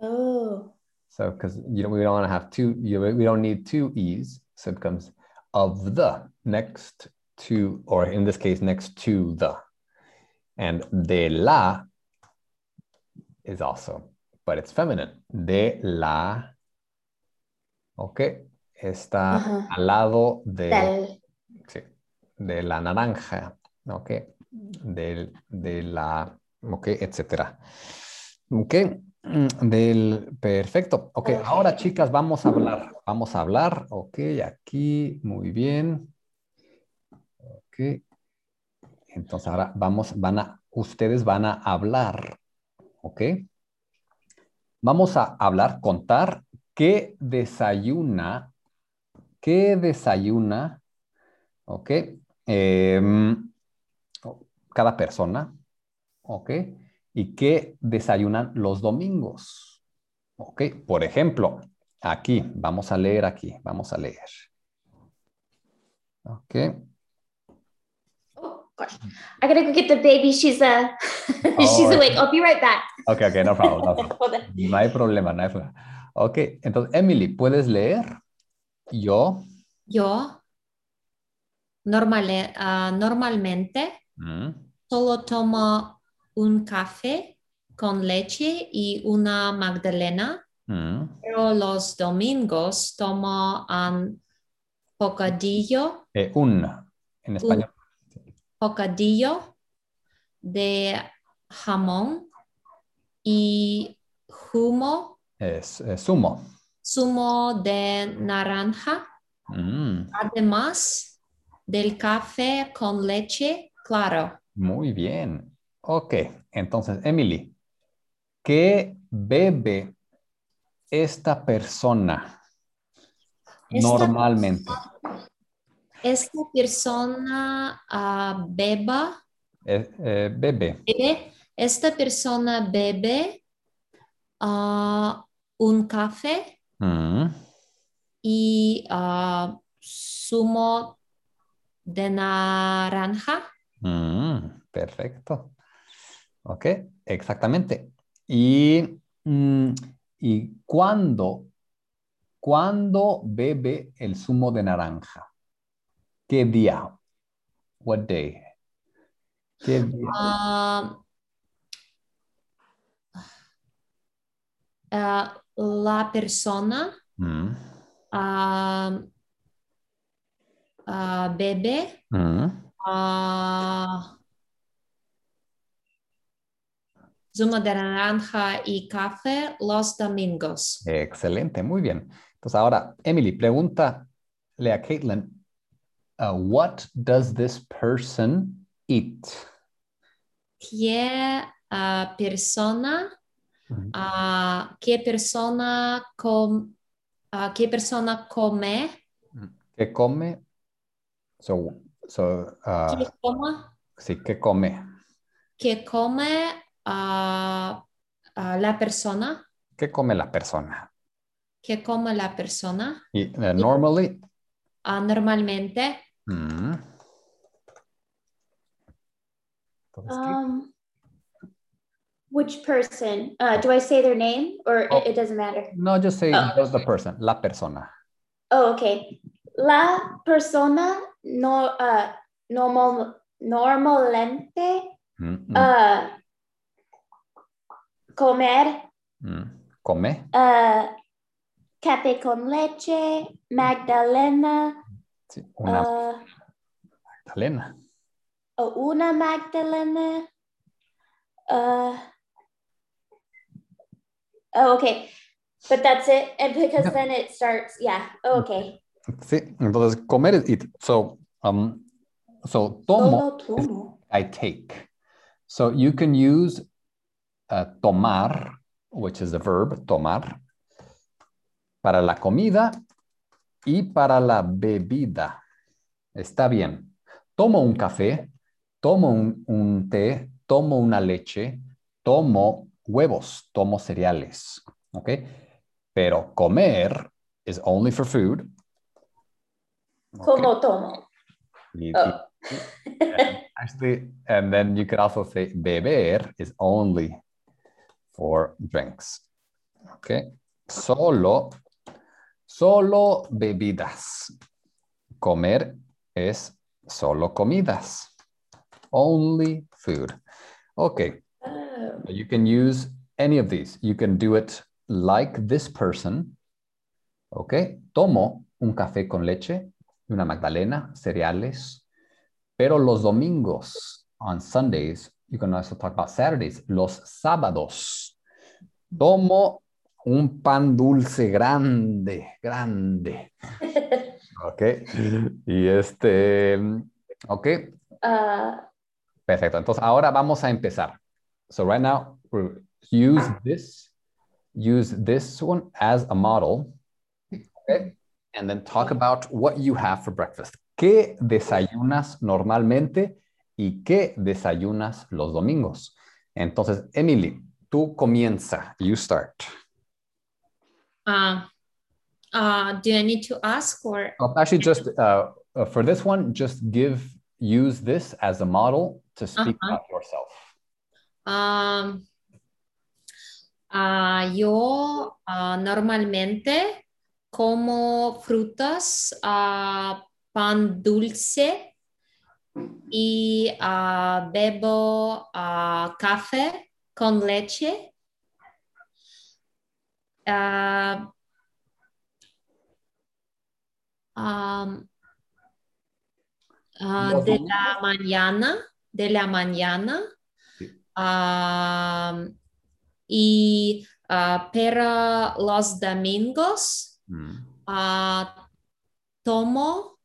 Speaker 2: Oh.
Speaker 1: So because you know we don't want to have two, you, we don't need two e's, so it becomes of the next to, or in this case, next to the, and de la is also, but it's feminine. De la. Okay, está
Speaker 2: Ajá.
Speaker 1: al lado de.
Speaker 2: uh-huh. Del.
Speaker 1: Sí, de la naranja, ¿ok? Del, de la, ok, etcétera. Ok, mm, del, perfecto. Ok,
Speaker 2: Ok.
Speaker 1: ahora chicas, vamos a hablar, vamos a hablar, ok, aquí, muy bien. Ok, entonces ahora vamos, van a, ustedes van a hablar, ok. Vamos a hablar, contar qué desayuna, qué desayuna. ¿Ok? Em, o- cada persona. ¿Ok? ¿Y qué desayunan los domingos? ¿Ok? Por ejemplo, aquí, vamos a leer aquí, vamos a leer. ¿Ok?
Speaker 2: Oh gosh, I gotta go get the baby. She's uh, (laughs) she's
Speaker 1: Alright.
Speaker 2: awake. I'll be right back.
Speaker 1: Ok, ok, no problem, no problem.
Speaker 2: Hold on.
Speaker 1: No hay problema, no hay problema. Ok, entonces, Emily, ¿puedes leer? Yo.
Speaker 3: Yo normale- ah, normalmente
Speaker 1: mm,
Speaker 3: solo tomo un café con leche y una magdalena,
Speaker 1: mm,
Speaker 3: pero los domingos tomo un bocadillo,
Speaker 1: eh, un, en español.
Speaker 3: bocadillo de jamón y humo,
Speaker 1: Es, eh, zumo.
Speaker 3: zumo de naranja.
Speaker 1: Mm,
Speaker 3: Además del café con leche, claro.
Speaker 1: Muy bien. Ok, entonces, Emily, ¿qué bebe esta persona
Speaker 3: Esta
Speaker 1: normalmente?
Speaker 3: Esta persona ah, beba,
Speaker 1: Eh, eh, bebe.
Speaker 3: bebe- esta persona bebe ah, un café
Speaker 1: Mm,
Speaker 3: y ah, zumo de naranja.
Speaker 1: mm, perfecto. Ok, exactamente. Y, mm, ¿y cuándo, cuándo bebe el zumo de naranja? ¿Qué día? What day? ¿Qué día?
Speaker 3: Ah, ah, la persona
Speaker 1: Mm,
Speaker 3: ah, ah, bebe.
Speaker 1: mm.
Speaker 3: Ah, zumo de naranja y café los domingos.
Speaker 1: Excelente, muy bien. Entonces ahora, Emily, pregúntale a Caitlin, uh, what does this person eat?
Speaker 3: ¿Qué ah, persona
Speaker 1: Ujú.
Speaker 3: ah, ¿qué, persona com- ah, ¿Qué persona come?
Speaker 1: ¿Qué come? So, so, ah,
Speaker 3: ¿Qué coma?
Speaker 1: sí, ¿qué come?
Speaker 3: ¿Qué come ah, ah, la persona?
Speaker 1: ¿Qué come la persona?
Speaker 3: ¿Qué come la persona?
Speaker 1: Y, eh, normally,
Speaker 3: Ah, normalmente
Speaker 1: mm. Entonces, ¿qué?
Speaker 2: Um, which person? Uh, do I say their name or
Speaker 1: Oh.
Speaker 2: it, it doesn't matter?
Speaker 1: no, just say
Speaker 2: Ah.
Speaker 1: just the person, la persona.
Speaker 2: Oh, okay. La persona no uh normal normalmente
Speaker 1: Mm, mm,
Speaker 2: uh comer
Speaker 1: mm. Come,
Speaker 2: uh café con leche, magdalena,
Speaker 1: sí, una
Speaker 2: uh,
Speaker 1: magdalena.
Speaker 2: o una magdalena. Uh, oh, okay. But that's it. And because
Speaker 1: Yeah.
Speaker 2: then it starts, yeah. Oh, okay.
Speaker 1: Sí, entonces comer es eat. So, um, so tomo,
Speaker 2: Solo tomo.
Speaker 1: I take. So you can use uh, tomar, which is the verb tomar, para la comida y para la bebida. Está bien. Tomo un café, tomo un, un té, tomo una leche, tomo huevos, tomo cereales. ¿Ok? Pero comer is only for food. ¿ok?
Speaker 2: Como tomo.
Speaker 1: Y- y-
Speaker 2: Oh.
Speaker 1: Actually, and then you could also say beber is only for drinks. Okay. Solo, solo bebidas. Comer es solo comidas. Only food. Okay.
Speaker 2: Oh.
Speaker 1: You can use any of these. You can do it like this person. Okay. Tomo un café con leche, una magdalena, cereales. Pero los domingos, on Sundays, you can also talk about Saturdays, los sábados. Tomo un pan dulce grande, grande. Ok. Y este, ok,
Speaker 2: (laughs) Uh, (laughs)
Speaker 1: Perfecto. Entonces, ahora vamos a empezar. So right now, we're- use this, use this one as a model. Okay. And then talk about what you have for breakfast. ¿Qué desayunas normalmente y qué desayunas los domingos? Entonces, Emily, tú comienza. You start.
Speaker 3: Ah, ah, do I need to ask or
Speaker 1: Oh, Actually, just uh, uh, for this one, just give, use this as a model to speak
Speaker 3: Ajá.
Speaker 1: about yourself.
Speaker 3: um, ah, yo ah, normalmente como frutas, ah, pan dulce y ah, bebo ah, café con leche. Ah, um, ah,
Speaker 1: Los
Speaker 3: de la mañana, de la mañana.
Speaker 1: Sí.
Speaker 3: Ah, y ah, pero los domingos
Speaker 1: Mm.
Speaker 3: ah, tomo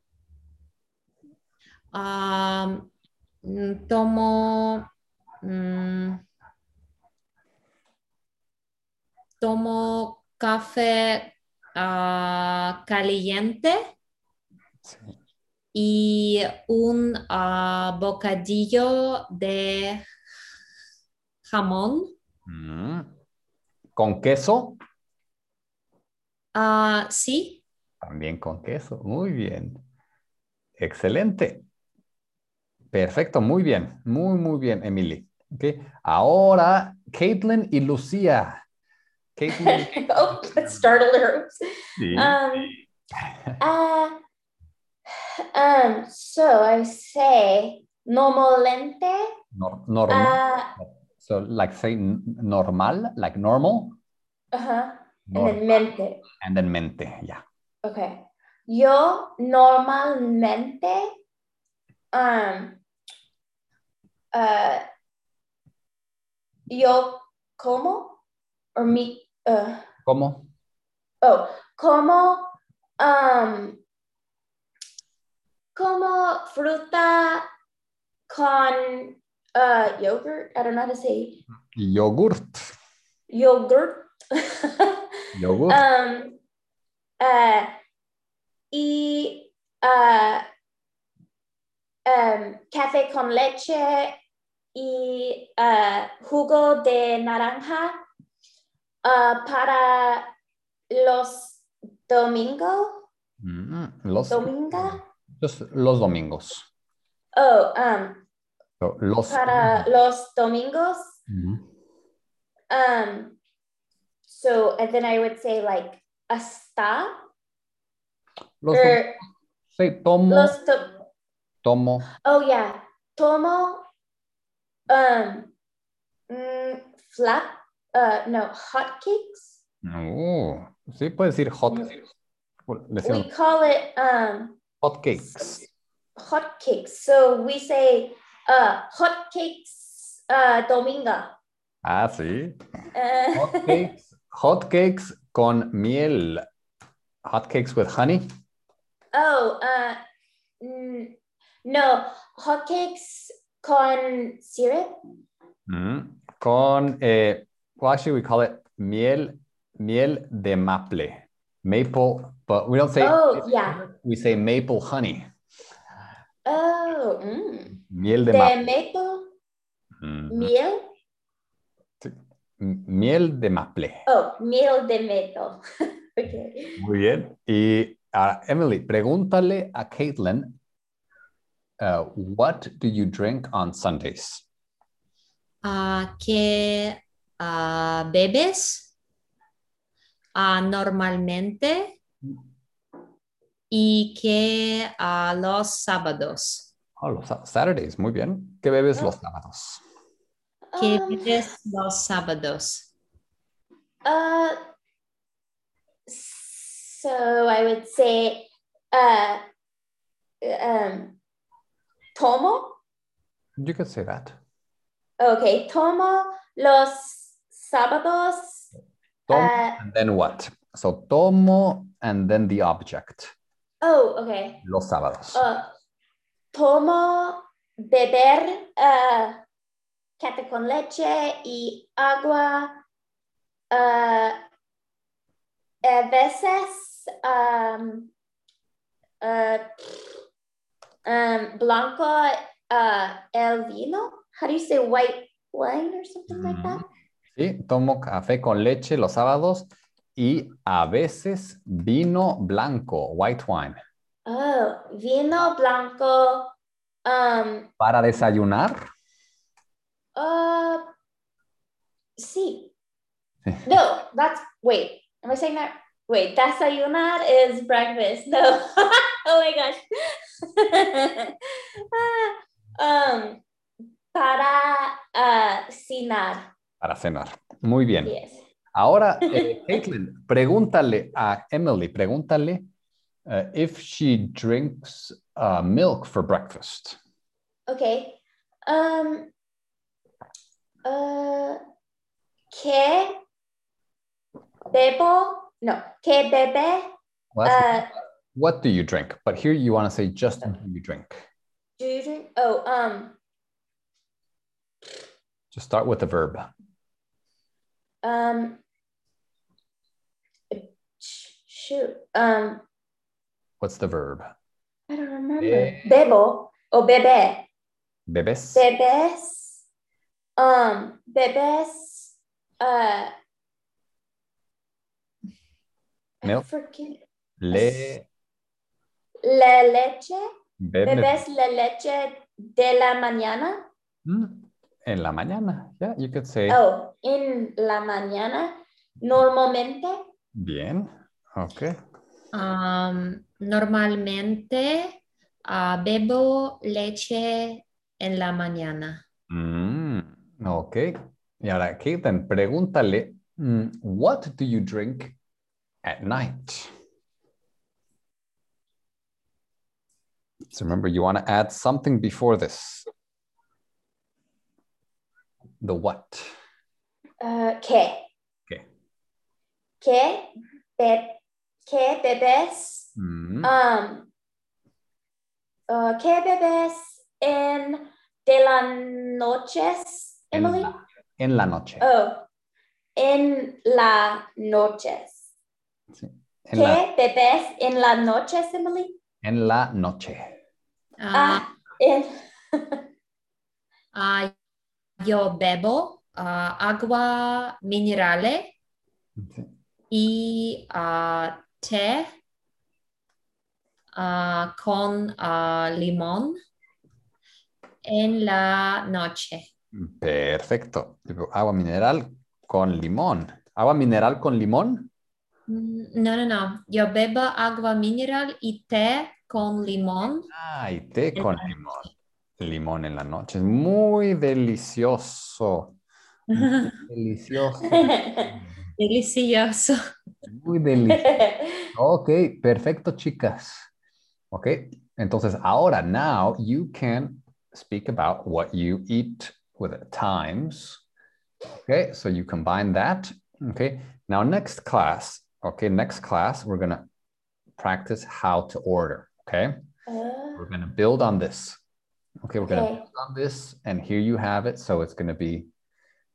Speaker 3: ah, mm, tomo mm, tomo café ah, caliente
Speaker 1: Sí.
Speaker 3: y un ah, bocadillo de jamón
Speaker 1: Mm. Con queso.
Speaker 3: Ah, sí
Speaker 1: También con queso. Muy bien. Excelente. Perfecto. Muy bien. Muy, muy bien, Emily. Ok. Ahora, Caitlin y Lucía.
Speaker 2: (laughs)
Speaker 1: Caitlin.
Speaker 2: oh, that startled her.
Speaker 1: Sí.
Speaker 2: Um, uh, um, so I say normalmente.
Speaker 1: Nor- normal.
Speaker 2: Uh,
Speaker 1: So, like, say n- normal, like normal.
Speaker 2: uh-huh. And
Speaker 1: Nor-
Speaker 2: then mente.
Speaker 1: and then mente. Yeah.
Speaker 2: Okay. Yo normalmente um uh yo como or me uh
Speaker 1: ¿Cómo?
Speaker 2: oh como um como fruta con uh yogurt I don't know how to say
Speaker 1: Yogurt.
Speaker 2: yogurt. (laughs)
Speaker 1: Yogur.
Speaker 2: um, uh, y uh, um, café con leche y uh, jugo de naranja uh, para los domingo,
Speaker 1: Mm, los,
Speaker 2: dominga.
Speaker 1: los, los domingos.
Speaker 2: Oh, um,
Speaker 1: So, Los.
Speaker 2: para los domingos.
Speaker 1: Mhm.
Speaker 2: Um, so and then I would say like hasta
Speaker 1: Los dom-
Speaker 2: or
Speaker 1: sí, tomo,
Speaker 2: er, los do-
Speaker 1: tomo.
Speaker 2: Oh yeah, tomo um mm, flat uh no hot cakes.
Speaker 1: Oh, sí, puedes decir hot. Le decían
Speaker 2: We call it um
Speaker 1: hot cakes.
Speaker 2: hot cakes. So we say uh hot cakes uh dominga.
Speaker 1: Ah, sí. Hot
Speaker 2: Uh,
Speaker 1: cakes, hot cakes con miel. Hot cakes with honey.
Speaker 2: (laughs) oh uh mm, no hot cakes con syrup.
Speaker 1: Mm. Con, eh, well, actually, we call it miel, miel de maple. Maple, but we don't say,
Speaker 2: Oh yeah.
Speaker 1: we say maple honey.
Speaker 2: Oh mm.
Speaker 1: Miel de,
Speaker 2: the
Speaker 1: maple.
Speaker 2: maple
Speaker 1: Mm.
Speaker 2: meal.
Speaker 1: M- Miel de maple.
Speaker 2: Oh, meal de maple. (laughs) okay.
Speaker 1: Muy bien. Y ah, Emily, pregúntale a Caitlin, uh, what do you drink on Sundays?
Speaker 3: Ah, ¿Qué ah, bebes Ah, normalmente y qué ah, los sábados?
Speaker 1: Oh, los sa- Saturdays, muy bien. ¿Qué bebes
Speaker 2: Ah.
Speaker 1: los sábados?
Speaker 3: ¿Qué
Speaker 2: Um,
Speaker 3: bebes los sábados?
Speaker 2: uh, so I would say uh, um, tomo.
Speaker 1: You could say that.
Speaker 2: Okay, tomo los sábados.
Speaker 1: Tomo
Speaker 2: Uh,
Speaker 1: and then what? So tomo and then the object.
Speaker 2: oh, okay.
Speaker 1: Los sábados.
Speaker 2: Uh, tomo beber uh, café con leche y agua uh, a veces um, uh, um, blanco uh, el vino. How do you say white wine or something like that?
Speaker 1: Sí, tomo café con leche los sábados y a veces vino blanco, white wine.
Speaker 2: Oh, vino blanco. Um,
Speaker 1: Para desayunar,
Speaker 2: Uh, sí. No, that's wait. Am I saying that? Wait, desayunar is breakfast. No. (laughs) oh my gosh. (laughs) Ah, um, para uh, cenar.
Speaker 1: para cenar. Muy bien.
Speaker 2: Yes. (laughs)
Speaker 1: Ahora, eh, Caitlin, pregúntale a Emily, pregúntale uh, if she drinks uh, milk for breakfast.
Speaker 2: Okay. Um. Uh. ¿Qué bebo? No. ¿Qué bebe?
Speaker 1: Well, that's-
Speaker 2: Uh,
Speaker 1: what do you drink? But here you want to say just do you drink.
Speaker 2: do you drink? Oh. Um.
Speaker 1: Just start with the verb.
Speaker 2: Um, sh- shoot. Um,
Speaker 1: What's the verb?
Speaker 2: I don't remember.
Speaker 1: Be-
Speaker 2: Bebo or bebe.
Speaker 1: Bebes.
Speaker 2: Bebes. Um, bebes. Uh,
Speaker 1: Milk.
Speaker 2: I forget.
Speaker 1: Le
Speaker 2: La leche.
Speaker 1: bebes.
Speaker 2: Bebes la leche de la mañana.
Speaker 1: Mm, En la mañana. Yeah, you could say.
Speaker 2: Oh, en la mañana. Normalmente.
Speaker 1: Bien. Okay.
Speaker 3: Am, normalmente ah, bebo leche en la mañana.
Speaker 1: Mm, ok. Y ahora, Caitlin, pregúntale, mm, what do you drink at night? So remember, you want to add something before this. The what?
Speaker 2: Uh, ¿Qué?
Speaker 1: ¿Qué?
Speaker 2: ¿Qué? Be- ¿Qué bebes?
Speaker 1: Mm,
Speaker 2: Um, uh, ¿Qué bebes en de las noches,
Speaker 1: En
Speaker 2: Emily?
Speaker 1: la- en la noche.
Speaker 2: Oh, en las noches.
Speaker 1: En la,
Speaker 2: ¿Qué bebes en las noches, Emily?
Speaker 1: en la noche.
Speaker 3: Ah,
Speaker 2: Ah, en... (laughs)
Speaker 3: ah, yo bebo ah, agua minerale
Speaker 1: Sí.
Speaker 3: y ah, té ah, con ah, limón en la noche.
Speaker 1: Perfecto. Tipo, Agua mineral con limón. ¿Agua mineral con limón?
Speaker 3: Mm, No, no, no. Yo bebo agua mineral y té con limón. (laughs)
Speaker 1: Ah, y té con limón. Limón en la noche. Es muy delicioso. Muy delicioso.
Speaker 3: Delicioso.
Speaker 1: (laughs) Muy delicioso. Ok, perfecto, chicas. Ok, entonces ahora, now you can speak about what you eat with the times. Okay, so you combine that. Okay, now next class, okay, next class, we're gonna practice how to order. Okay,
Speaker 2: Ah,
Speaker 1: we're gonna build on this. Okay, we're gonna
Speaker 2: Okay.
Speaker 1: build on this, and here you have it. So it's gonna be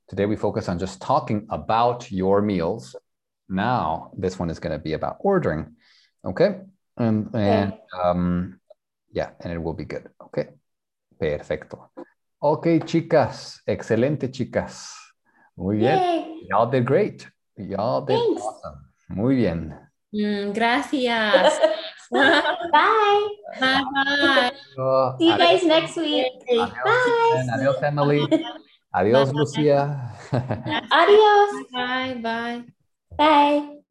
Speaker 1: today we focus on just talking about your meals. Now this one is gonna be about ordering. Okay, and and um, yeah, and it will be good. Okay, perfecto. Okay, chicas, excelente, chicas. Muy bien.
Speaker 2: yay.
Speaker 1: Y'all did great. Y'all did
Speaker 2: Thanks.
Speaker 1: awesome. Muy bien.
Speaker 3: Mm, gracias. (laughs) bye
Speaker 2: (laughs) Bye.
Speaker 3: bye.
Speaker 1: Uh,
Speaker 2: See you
Speaker 1: adiós.
Speaker 2: guys next week.
Speaker 1: Adiós,
Speaker 2: Bye.
Speaker 1: Jen. Adiós,
Speaker 2: (laughs)
Speaker 1: Emily. Adiós, Lucia. (laughs)
Speaker 2: Adios.
Speaker 3: Bye bye.
Speaker 2: Bye.